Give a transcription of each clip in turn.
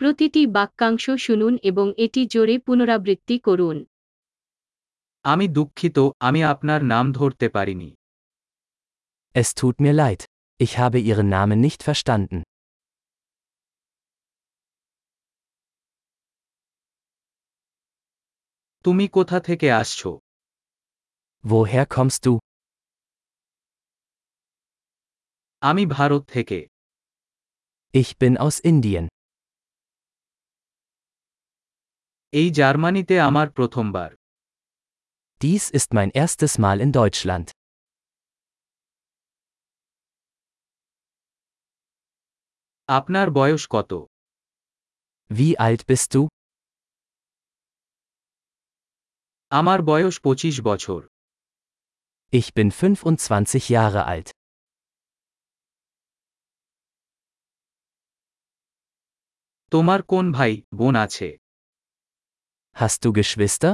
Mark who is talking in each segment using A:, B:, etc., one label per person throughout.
A: প্রতিটি বাক্যাংশ শুনুন এবং এটি জোরে পুনরাবৃত্তি করুন
B: আমি দুঃখিত আমি আপনার নাম ধরতে পারিনি
C: Es tut mir leid. Ich habe Ihren Namen nicht verstanden.
B: তুমি কোথা থেকে আসছো
C: Woher kommst du?
B: আমি ভারত থেকে
C: Ich bin aus Indien.
B: এই জার্মানিতে আমার প্রথমবার
C: Dies ist mein erstes Mal in Deutschland.
B: আপনার বয়স কত
C: Wie alt bist du?
B: আমার বয়স পঁচিশ বছর
C: Ich bin 25 Jahre alt.
B: তোমার কোন ভাই বোন আছে
C: Hast du Geschwister?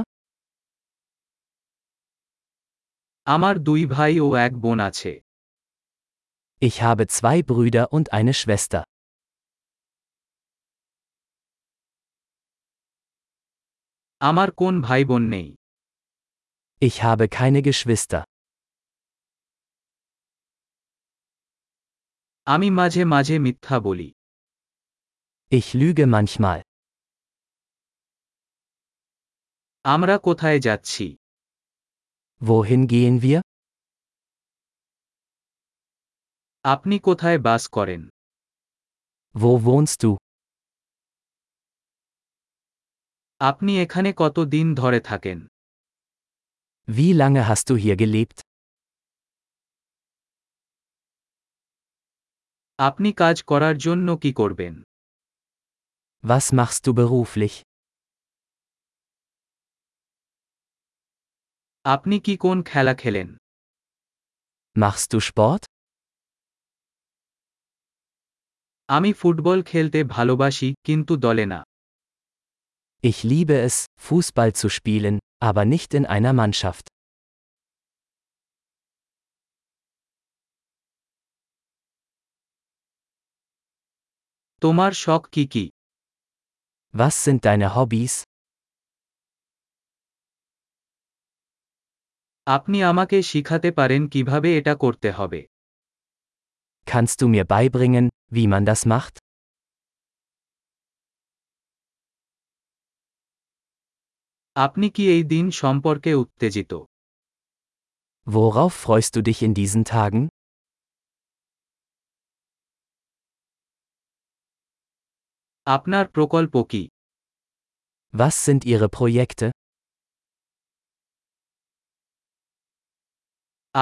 B: আমার দুই ভাই ও এক বোন আছে
C: Ich habe zwei Brüder und eine Schwester.
B: আমার কোন ভাই বোন নেই
C: Ich habe keine Geschwister.
B: আমি মাঝে মাঝে মিথ্যা বলি
C: Ich lüge manchmal.
B: আমরা কোথায় যাচ্ছি
C: Wohin gehen wir?
B: আপনি কোথায় বাস করেন
C: Wo wohnst du?
B: আপনি এখানে কত দিন ধরে থাকেন
C: Wie lange hast du hier gelebt?
B: আপনি কাজ করার জন্য কি করবেন
C: Was machst du beruflich?
B: আপনি কি কোন খেলা খেলেন
C: Machst du Sport?
B: আমি ফুটবল খেলতে ভালোবাসি কিন্তু দলে না
C: Ich liebe es, Fußball zu spielen, aber nicht in einer Mannschaft.
B: তোমার শখ কি কি
C: Was sind deine Hobbys?
B: আপনি আমাকে শিখাতে পারেন কিভাবে এটা করতে হবে
C: Kannst du mir beibringen, wie man das macht?
B: আপনি কি এই দিন সম্পর্কে উত্তেজিত
C: Worauf freust du dich in diesen Tagen?
B: আপনার প্রকল্প কি
C: Was sind ihre Projekte?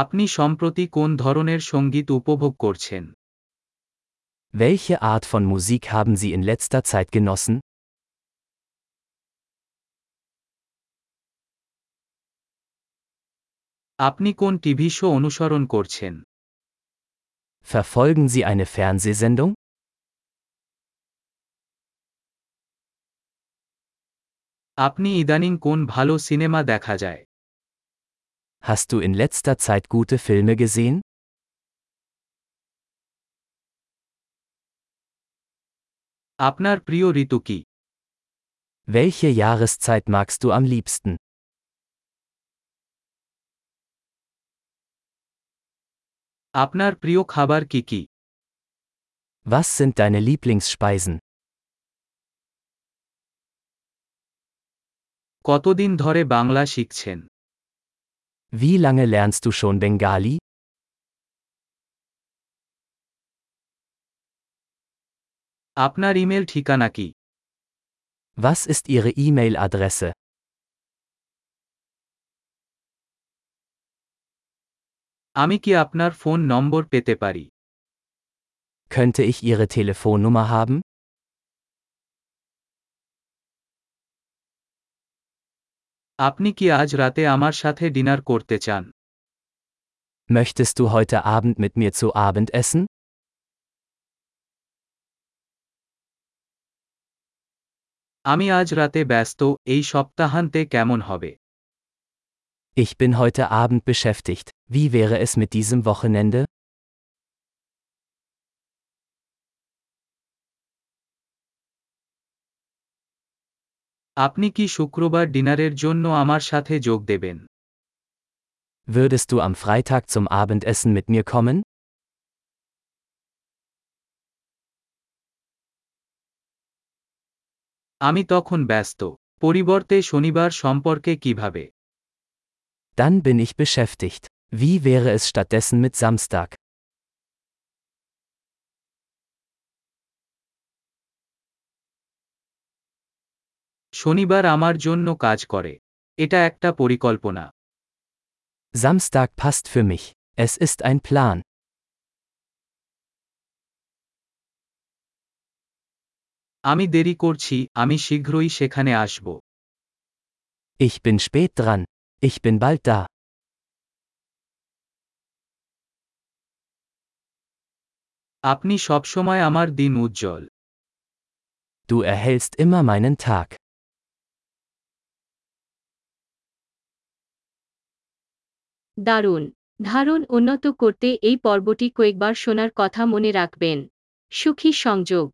B: আপনি সম্প্রতি কোন ধরনের সঙ্গীত উপভোগ করছেন
C: Welche Art von Musik haben sie in letzter Zeit genossen?
B: আপনি কোন টিভি শো অনুসরণ করছেন
C: Verfolgen sie eine Fernsehsendung?
B: আপনি ইদানিং কোন ভালো সিনেমা দেখা যায়
C: Hast du in letzter Zeit gute Filme gesehen?
B: আপনার প্রিয় ঋতু কি
C: Welche Jahreszeit magst du am liebsten?
B: আপনার প্রিয় খাবার কি কি
C: Was sind deine Lieblingsspeisen?
B: কতদিন ধরে বাংলা শিখছেন
C: Wie lange lernst du schon Bengali?
B: আপনার ইমেল ঠিকানা কি
C: Was ist ihre E-Mail-Adresse?
B: আমি কি আপনার ফোন নম্বর পেতে পারি
C: Könnte ich ihre Telefonnummer haben?
B: আপনি কি আজ রাতে আমার সাথে ডিনার করতে চান
C: Möchtest du heute Abend mit mir zu Abend essen?
B: আমি আজ রাতে ব্যস্ত এই সপ্তাহান্তে কেমন হবে
C: Ich bin heute Abend beschäftigt. Wie wäre es mit diesem Wochenende?
B: আপনি কি শুক্রবার ডিনারের জন্য আমার সাথে যোগ দেবেন
C: Würdest du am Freitag zum Abendessen mit mir kommen?
B: আমি তখন ব্যস্ত পরিবর্তে শনিবার সম্পর্কে কিভাবে
C: Dann bin ich beschäftigt. Wie wäre es stattdessen mit Samstag?
B: শনিবার আমার জন্য কাজ করে এটা একটা পরিকল্পনা
C: Samstag passt für mich. Es ist ein Plan.
B: আমি দেরি করছি আমি শীঘ্রই সেখানে আসব
C: Ich bin spät dran. Ich bin bald da.
B: আপনি সবসময় আমার দিন উজ্জ্বল
C: Du erhältst immer meinen Tag.
A: দারুণ ধারণ উন্নত করতে এই পর্বটি কয়েকবার শোনার কথা মনে রাখবেন সুখী সংযোগ